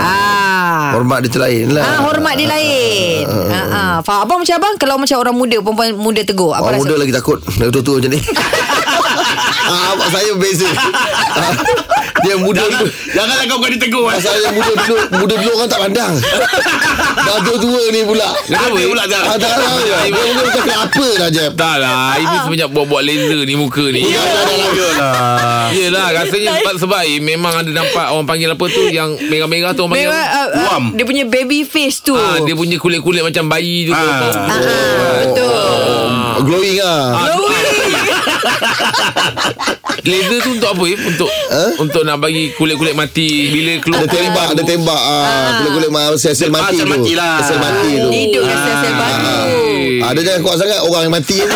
Speaker 4: Ah.
Speaker 3: Hormat dia terlain lah
Speaker 4: Ah, hormat dia lain. Ah, ah. Faham abang macam abang kalau macam orang muda perempuan muda tegur. Abang
Speaker 3: Orang
Speaker 4: rasa
Speaker 3: muda lah. lagi takut Dah tua-tua macam ni ah, Abang saya beza Ah, Dia muda
Speaker 2: Jangan
Speaker 3: dulu
Speaker 2: janganlah kau kau ditegur. eh.
Speaker 3: Pasal yang muda dulu Muda dulu orang tak pandang Dah tua-tua ni pula
Speaker 2: Kenapa pula
Speaker 3: Ah, tak
Speaker 2: sekarang?
Speaker 3: tahu ya. Dia mungkin bukan apa lah Jeb
Speaker 5: Tak lah Ini semenjak buat-buat laser ni Muka ni
Speaker 2: Ya.
Speaker 3: Ah.
Speaker 5: Yelah Rasanya sebab, sebab eh, Memang ada nampak Orang panggil apa tu Yang merah-merah tu Orang panggil
Speaker 4: Memang ah, ah,
Speaker 2: Guam.
Speaker 4: dia punya baby face tu.
Speaker 5: ah, Dia punya kulit-kulit Macam bayi tu
Speaker 4: Ah,
Speaker 5: ah.
Speaker 4: ah, betul. Ah.
Speaker 3: Glowing lah
Speaker 5: Laser tu untuk apa eh? Untuk Untuk nak bagi kulit-kulit mati Bila keluar
Speaker 3: Ada tembak Ada tembak ah, Kulit-kulit ma- Sel-sel mati
Speaker 2: sel
Speaker 3: tu
Speaker 2: mati lah.
Speaker 3: Sel mati tu
Speaker 4: Dia hidupkan sel-sel baru.
Speaker 5: Eh.
Speaker 3: Ah, dia jangan kuat sangat Orang yang mati ni.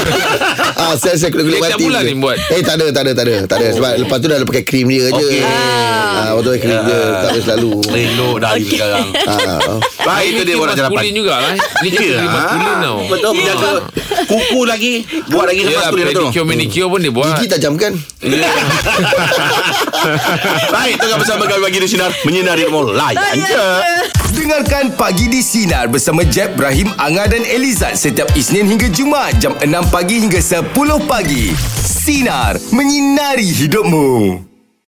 Speaker 3: ah, Sel sel kulit-kulit
Speaker 5: Dia tiap
Speaker 3: mati
Speaker 5: bulan
Speaker 3: tu.
Speaker 5: ni buat. Oh.
Speaker 3: Eh tak ada Tak ada tak ada, tak ada. Sebab lepas tu dah ada pakai krim dia je
Speaker 2: Okey.
Speaker 3: ah, Waktu pakai krim dia Tak ada selalu
Speaker 5: Eh.
Speaker 2: Elok dah hari sekarang.
Speaker 3: ah,
Speaker 2: Baik itu dia orang jalapan.
Speaker 5: Maskulin jugalah eh. Ni kita
Speaker 2: Ya.
Speaker 5: yeah. maskulin tau
Speaker 2: Betul menjaga kuku lagi buat lagi lepas
Speaker 5: Yelah
Speaker 2: tu dia betul.
Speaker 5: pedicure manicure pun dia buat
Speaker 3: Gigi tajam kan
Speaker 2: Baik tengah bersama kami bagi di sinar menyinari rumah layan je.
Speaker 1: Dengarkan Pagi di Sinar bersama Jeb, Ibrahim, Anga dan Elizad setiap Isnin hingga Jumaat jam 6 pagi hingga 10 pagi. Sinar, menyinari hidupmu.